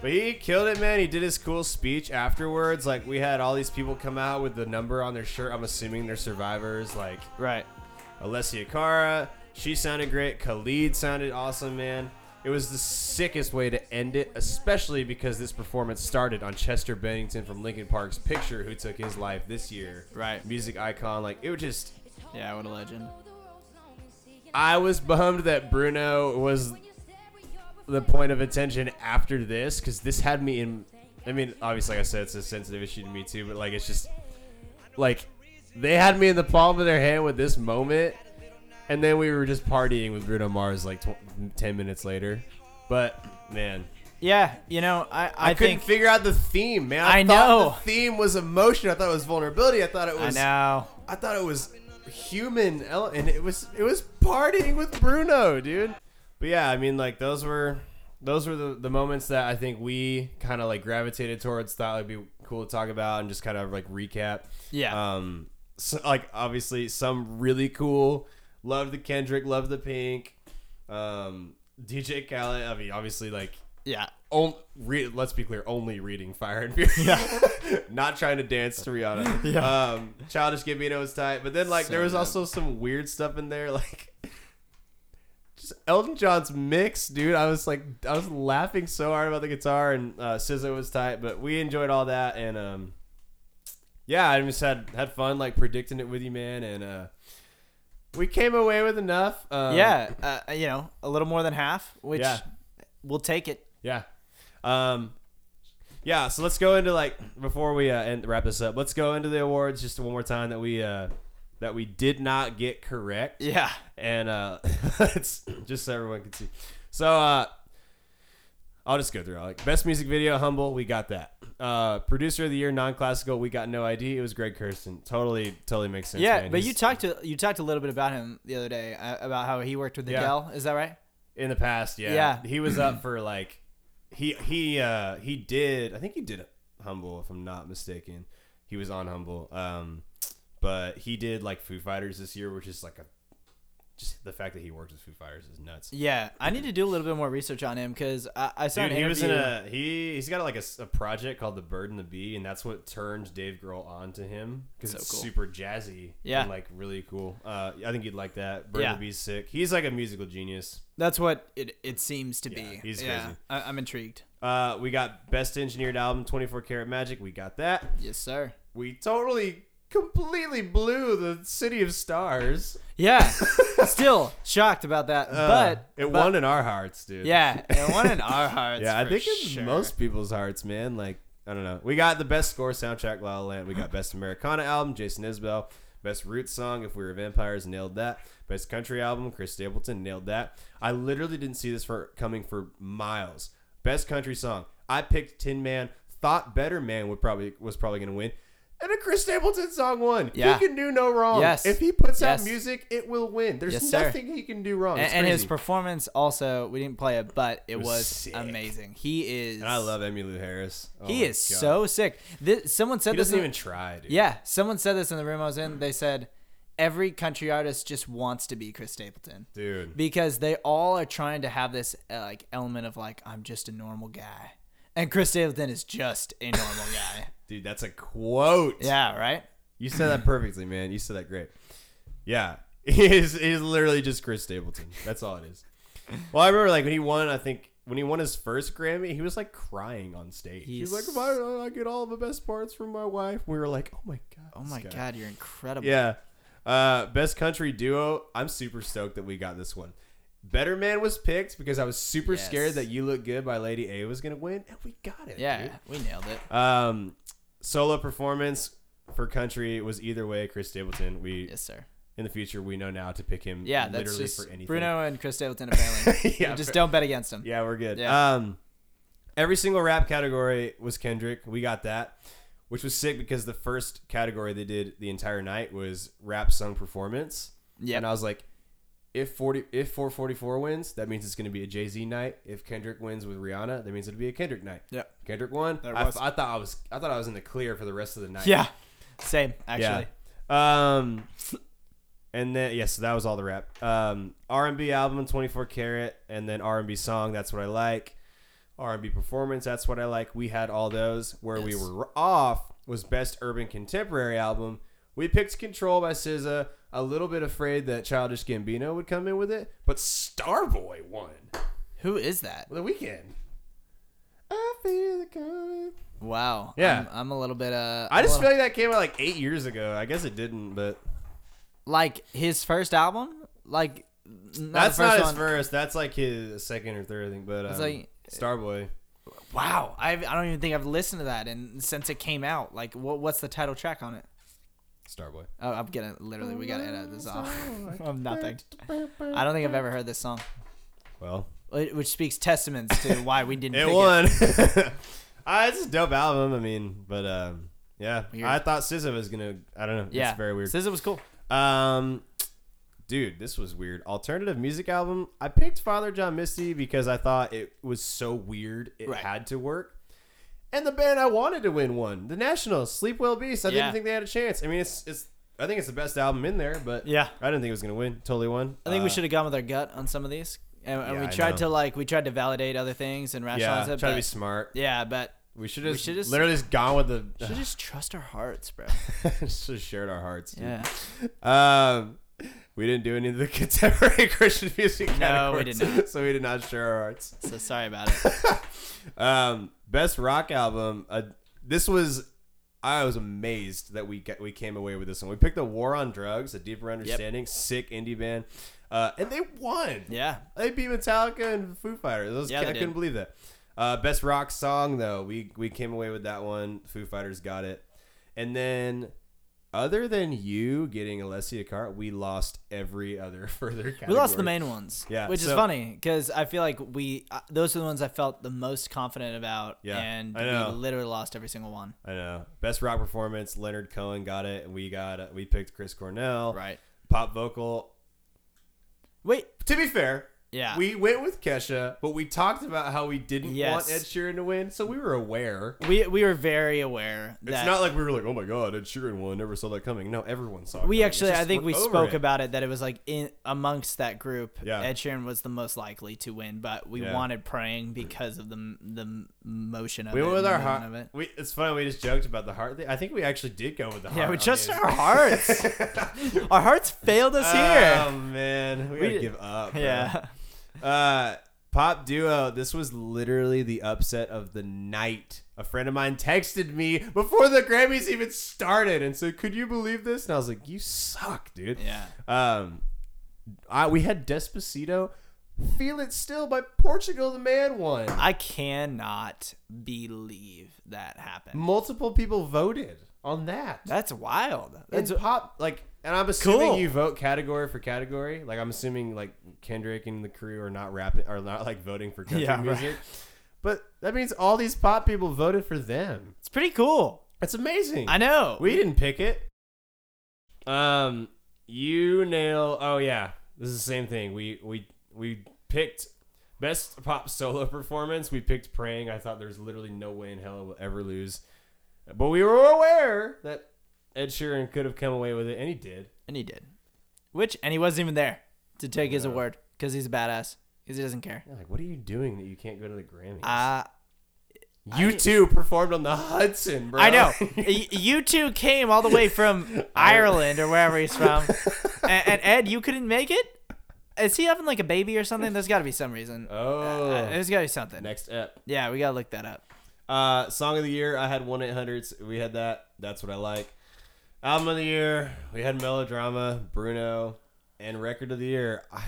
But he killed it, man. He did his cool speech afterwards. Like we had all these people come out with the number on their shirt. I'm assuming they're survivors. Like
Right.
Alessia Cara, she sounded great. Khalid sounded awesome, man. It was the sickest way to end it, especially because this performance started on Chester Bennington from Linkin Park's Picture, who took his life this year.
Right.
Music icon. Like it was just
Yeah. What a legend.
I was bummed that Bruno was the point of attention after this because this had me in. I mean, obviously, like I said, it's a sensitive issue to me too, but like, it's just like they had me in the palm of their hand with this moment, and then we were just partying with Bruno Mars like tw- 10 minutes later. But man,
Yeah. You know, I I,
I, couldn't
think
figure out the theme, man.
I
thought
know.
the theme was emotion. I thought it was vulnerability. I thought it
I
was.
know.
I thought it was human, ele- and it was it was partying with Bruno, dude. But yeah, I mean, like those were those were the, the moments that I think we kind of like gravitated towards. Thought it'd be cool to talk about and just kind of like recap.
Yeah.
Um, so, like obviously some really cool. Love the Kendrick, love the Pink, um, DJ Khaled. I mean, obviously like
Yeah.
on, re, let's be clear, only reading Fire and Fury. Not trying to dance to Rihanna. Um, Childish Gambino was tight, but then like there was also some weird stuff in there, like just Elton John's mix, dude. I was like, I was laughing so hard about the guitar, and uh, SZA was tight, but we enjoyed all that, and um, yeah, I just had had fun like predicting it with you, man, and uh, we came away with enough. Um,
yeah. Uh, you know, a little more than half, which
Yeah.
we'll take it.
Yeah. Um yeah, so let's go into like before we uh, end, wrap this up. Let's go into the awards just one more time that we uh that we did not get correct.
Yeah.
And uh it's just so everyone can see. So uh I'll just go through. Like best music video, humble, we got that. Uh producer of the year, non classical, we got no idea. It was Greg Kirsten. Totally, totally makes sense.
Yeah,
man.
but
He's-
you talked to you talked a little bit about him the other day uh, about how he worked with
Yeah.
Adele. Is that right?
in the past yeah
Yeah.
he was up for like he he uh he did i think he did humble if i'm not mistaken he was on humble um but he did like foo fighters this year which is like a just the fact that he worked with foo fighters is nuts
Yeah, I need to do a little bit more research on him because I, I saw
Dude,
an
he was in
interview-
a he he's got like a, s- a project called the bird and the bee and that's what turned dave grohl on to him because
So
it's
cool.
super jazzy
Yeah.
and like really cool uh i think you'd like that bird
Yeah.
and the bee's sick he's like a musical genius
That's what it it seems to be.
he's
yeah,
crazy.
I, I'm intrigued.
Uh, we got best engineered album, 24 Karat Magic. We got that.
Yes, sir.
We totally, completely blew the City of Stars.
Yeah, still shocked about that,
Uh,
but
it
but-
won in our hearts, dude.
Yeah, it won in our hearts.
yeah. I
for
think in
sure.
most people's hearts, man. Like I don't know. We got the best score soundtrack, La La Land. We got best Americana album, Jason Isbell. Best roots song, If We Were Vampires, nailed that. Best country album, Chris Stapleton, nailed that. I literally didn't see this for coming for miles. Best country song, I picked Tin Man. Thought Better Man would probably was probably gonna win. And a Chris Stapleton song won.
Yeah.
He can do no wrong.
Yes.
If he puts
Yes.
out music, it will win. There's
Yes, sir.
nothing he can do wrong.
and,
It's
and his
crazy.
performance also we didn't play it, but it,
was
was,
sick.
amazing. He is.
And I love Emmylou Harris. Oh
He
my
is
God.
so sick. This, someone said
He
this.
doesn't
in-
even try, dude.
Yeah, someone said this in the room I was in. They said every country artist just wants to be Chris Stapleton
Dude.
because they all are trying to have this uh, like element of like I'm just a normal guy, and Chris Stapleton is just a normal guy.
Dude, that's a quote.
yeah, right.
You said that perfectly, man. You said that great. Yeah. He is, he is literally just Chris Stapleton. That's all it is. Well, I remember like when he won, I think when he won his first Grammy, he was like crying on stage. He's,
He's-
like, I, I get all the best parts from my wife. We were like, oh my God.
Oh my
this guy.
god, you're incredible.
Yeah. Uh, best country duo. I'm super stoked that we got this one. Better Man was picked because I was super
Yes.
scared that You Look Good by Lady A was going to win, and we got it.
yeah,
dude.
we nailed it.
Um, solo performance for country was either way Chris Stapleton. We
Yes, sir.
in the future we know now to pick him.
Yeah, that's
literally
just
for anything.
Bruno and Chris Stapleton apparently.
Yeah,
You just
fair-
don't bet against them.
Yeah, we're good.
Yeah.
Um, every single rap category was Kendrick. We got that, which was sick because the first category they did the entire night was rap sung performance.
Yep.
and I was like, if forty if four forty four wins, that means it's going to be a Jay Z night. If Kendrick wins with Rihanna, that means it'll be a Kendrick night.
Yep.
Kendrick won.
There
I,
was-
I thought I was I thought I was in the clear for the rest of the night.
Yeah. Same, actually.
Yeah. Um, and then yes, that was all the rap. Um, R and B album, twenty four karat, and then R and B song. That's what I like. R and B performance. That's what I like. We had all those. Where we
Yes.
were off was best urban contemporary album. We picked Control by SZA. A little bit afraid that Childish Gambino would come in with it, but Starboy won
Who is that?
the weekend. I feel it coming.
Wow.
Yeah.
I'm, I'm a little bit uh
I
I'm a
just
little-
feel like that came out like eight years ago. I guess it didn't, but
like his first album, like not
That's
the first
not his
one.
first. That's like his second or third, I think. But um,
like- uh,
Starboy.
Wow, I I don't even think I've listened to that and since it came out. Like, what what's the title track on it?
Starboy.
Oh, I'm gonna literally we gotta edit this off. I'm nothing. I don't think I've ever heard this song,
Well,
Wh- which speaks testaments to why we didn't.
it
pick
won. Ah, it's a dope album. I mean, but um, yeah,
Weird.
I thought SZA was gonna. I don't know.
Yeah,
it's very weird.
SZA was cool.
Um, dude, this was weird. Alternative music album. I picked Father John Misty because I thought it was so weird it
Right.
had to work. And the band I wanted to win one, the Nationals, Sleep Well Beast. I
Yeah.
didn't think they had a chance. I mean, it's it's. I think it's the best album in there, but
Yeah.
I didn't think it was gonna win. Totally won.
I think we
Uh,
should have gone with our gut on some of these, and, and
Yeah,
we
I
tried
know.
to like we tried to validate other things and
Yeah,
rationalize
try
it.
to
but-
be smart.
yeah, but
We should have
should just-
literally just gone with the.
we should just trust our hearts, bro.
should have shared our hearts. Dude.
Yeah.
Um, we didn't do any of the contemporary Christian music.
No, we
categories,
did not.
So we did not share our hearts.
So sorry about it.
Um, best rock album. Uh, this was. I was amazed that we got, we came away with this one. We picked the War on Drugs, a deeper understanding, sick indie band, uh, and they won.
Yeah.
They beat Metallica and Foo Fighters. Those,
Yeah,
I
they
couldn't
did.
believe that. Uh, best rock song though, we we came away with that one. Foo Fighters got it, and then other than you getting Alessia Cart, we lost every other further. Category.
We lost the main ones,
Yeah,
which is
so-
funny because I feel like we uh, those are the ones I felt the most confident about,
Yeah,
and
I
we
know.
literally lost every single one.
I know. uh, Best rock performance, Leonard Cohen got it, and we got uh, we picked Chris Cornell.
Right.
Pop vocal.
Wait,
To be fair,
Yeah.
we went with Kesha, but we talked about how we didn't
Yes.
want Ed Sheeran to win, so we were aware.
we we were very aware that
It's not like we were like, oh my god, Ed Sheeran won. Never saw that coming. No, everyone saw. it coming.
we
It's
actually
just
I think
we're
we
over
spoke
it.
about it that it was like in amongst that group,
Yeah.
Ed Sheeran was the most likely to win, but we
Yeah.
wanted praying because of the m- the m- motion of
We
it,
went with
and the
our
movement
heart.
of it.
We, it's funny. We just joked about the heart thing. I think we actually did go with the heart.
Yeah, we
on
just
these.
our hearts. our hearts failed us
Oh
here.
man, we, gotta
did-
give up. bro.
Yeah.
Uh, pop duo. This was literally the upset of the night. A friend of mine texted me before the Grammys even started and said, "Could you believe this?" And I was like, "You suck, dude."
Yeah.
Um, I we had Despacito. Feel it still by Portugal. The man won.
I cannot believe that happened.
Multiple people voted on that.
That's wild.
And
That's
pop like, and I'm assuming
Cool.
you vote category for category. Like, I'm assuming like Kendrick and the crew are not rapping, are not like voting for country
Yeah, right.
music. But that means all these pop people voted for them.
it's pretty cool.
That's amazing.
I know.
We didn't pick it. Um, you nail. Oh yeah, this is the same thing. We we we picked best pop solo performance. We picked "Praying." I thought there's literally no way in hell it will ever lose, but we were aware that Ed Sheeran could have come away with it, and he did.
and he did. Which and he wasn't even there to take his award because he's a badass because he doesn't care.
You're like, what are you doing that you can't go to the Grammys?
Uh,
you two performed on the Hudson, bro.
I know. Y- you two came all the way from Ireland or wherever he's from, and, and Ed, you couldn't make it. Is he having like a baby or something? There's got to be some reason.
oh,
Uh, there's got to be something.
next up.
Yeah, we gotta look that up.
Uh, song of the year, I had one eight hundreds. We had that. That's what I like. Album of the year, we had Melodrama, Bruno, and record of the year. I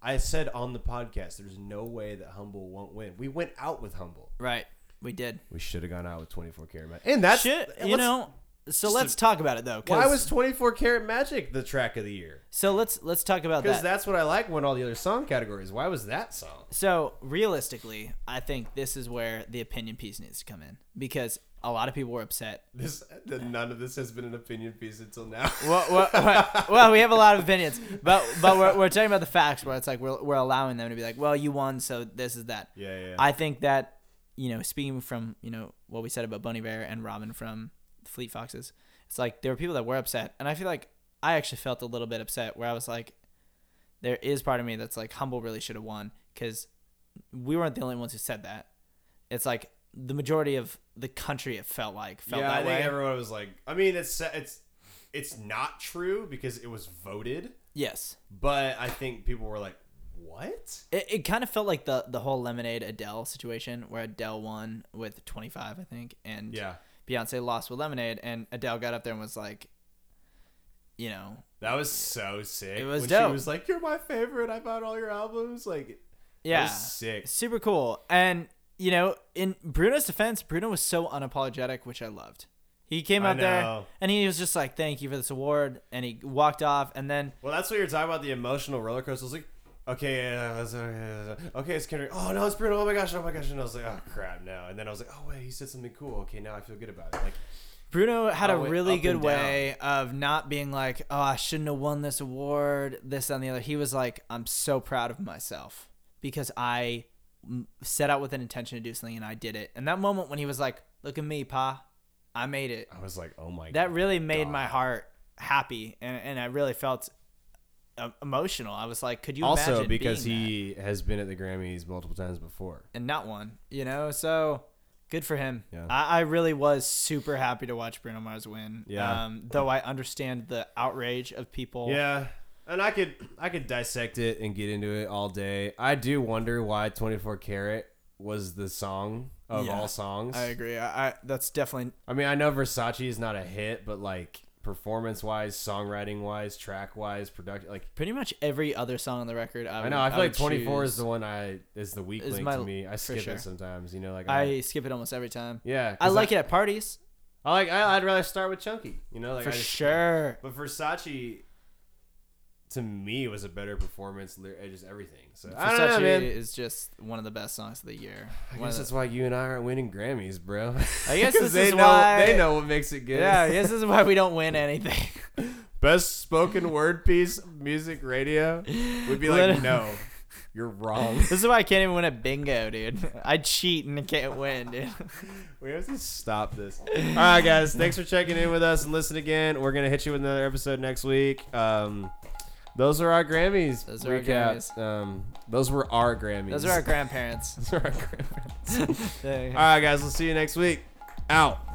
I said on the podcast, there's no way that Humble won't win. We went out with Humble.
Right. We did.
We should have gone out with 24 karat magic. And that's
Shit, you
let's-
know. So let's talk about it though. 'cause-
why was 24 karat magic the track of the year?
so let's let's talk about
Because
that.
that's what I like. Won all the other song categories. Why was that song?
So realistically, I think this is where the opinion piece needs to come in because a lot of people were upset.
This the, none of this has been an opinion piece until now.
Well, well, well, well, we have a lot of opinions, but but we're, we're talking about the facts where it's like we're, we're allowing them to be like, well, you won, so this is that.
Yeah, yeah.
I think that you know, speaking from you know what we said about Bunny Bear and Robin from Fleet Foxes, it's like there were people that were upset, and I feel like I actually felt a little bit upset where I was like, there is part of me that's like Humble really should have won because we weren't the only ones who said that. It's like the majority of the country it felt like felt
yeah,
that
I think
way.
everyone was like, I mean, it's it's it's not true because it was voted,
yes,
but I think people were like, what?
it, it kind of felt like the the whole Lemonade Adele situation where Adele won with 25, I think, and
Yeah,
Beyonce lost with Lemonade, and Adele got up there and was like, you know,
that was so sick.
It was
when
dope.
She was like, "You're my favorite. I bought all your albums." Like,
yeah,
that was sick.
super cool. And you know, in Bruno's defense, Bruno was so unapologetic, which I loved. He came
I
out there
know.
and he was just like, "Thank you for this award," and he walked off. And then
Well, that's what you're talking about—the emotional roller coaster. I was like, okay, uh, it's- uh, okay, it's Kendrick. Oh no, it's Bruno. Oh my gosh, oh my gosh. And I was like, oh crap, no. And then I was like, oh wait, he said something cool. Okay, now I feel good about it. Like,
Bruno had
Oh,
a
wait,
really
up
good
and down.
way of not being like, "Oh, I shouldn't have won this award," this that, and the other. He was like, "I'm so proud of myself because I m- set out with an intention to do something and I did it." And that moment when he was like, "Look at me, pa, I made it."
I was like, oh my.
That really made my heart happy, and, and I really felt uh, emotional. I was like, "Could you
also
imagine
because
being that?
he has been at the Grammys multiple times before.
and not one, you know?" So. Good for him.
Yeah.
I, I really was super happy to watch Bruno Mars win.
Yeah.
Um, though I understand the outrage of people.
Yeah. And I could I could dissect it and get into it all day. I do wonder why 24 Karat was the song of
Yeah,
all songs. I,
I agree. I, I that's definitely
mean, I know Versace is not a hit, but like performance-wise, songwriting-wise, track-wise, production like
pretty much every other song on the record. I,
I
would-
know I feel like
would
24 is
choose.
the one I is the weak
Is
link
my-
to me. I
for
skip
sure.
it sometimes, you know, like
I skip it almost every time.
yeah,
I
'cause
like it at parties
I like I, I'd rather start with Chunky, you know, like
for
I just-
sure.
But Versace, to me, was a better performance. ly- uh, Just everything. So I don't know,
Versace
man.
is just one of the best songs of the year.
I
One
guess
of the-
that's why you and I aren't winning Grammys, bro.
I guess
'Cause
this
they
is
know
why-
they know what makes it good.
yeah, this is why we don't win anything.
Best spoken word piece, music radio would be like,
Literally.
no, you're wrong.
this is why I can't even win a bingo, dude. I cheat and can't win, dude.
we have to stop this. All right, guys. Thanks for checking in with us and listen again. We're gonna hit you with another episode next week. Um, those are our Grammys.
Those are our
recaps. Um, those were our Grammys.
Those are our grandparents.
Those are our Grammys.
They-
All right, guys. We'll see you next week. Out.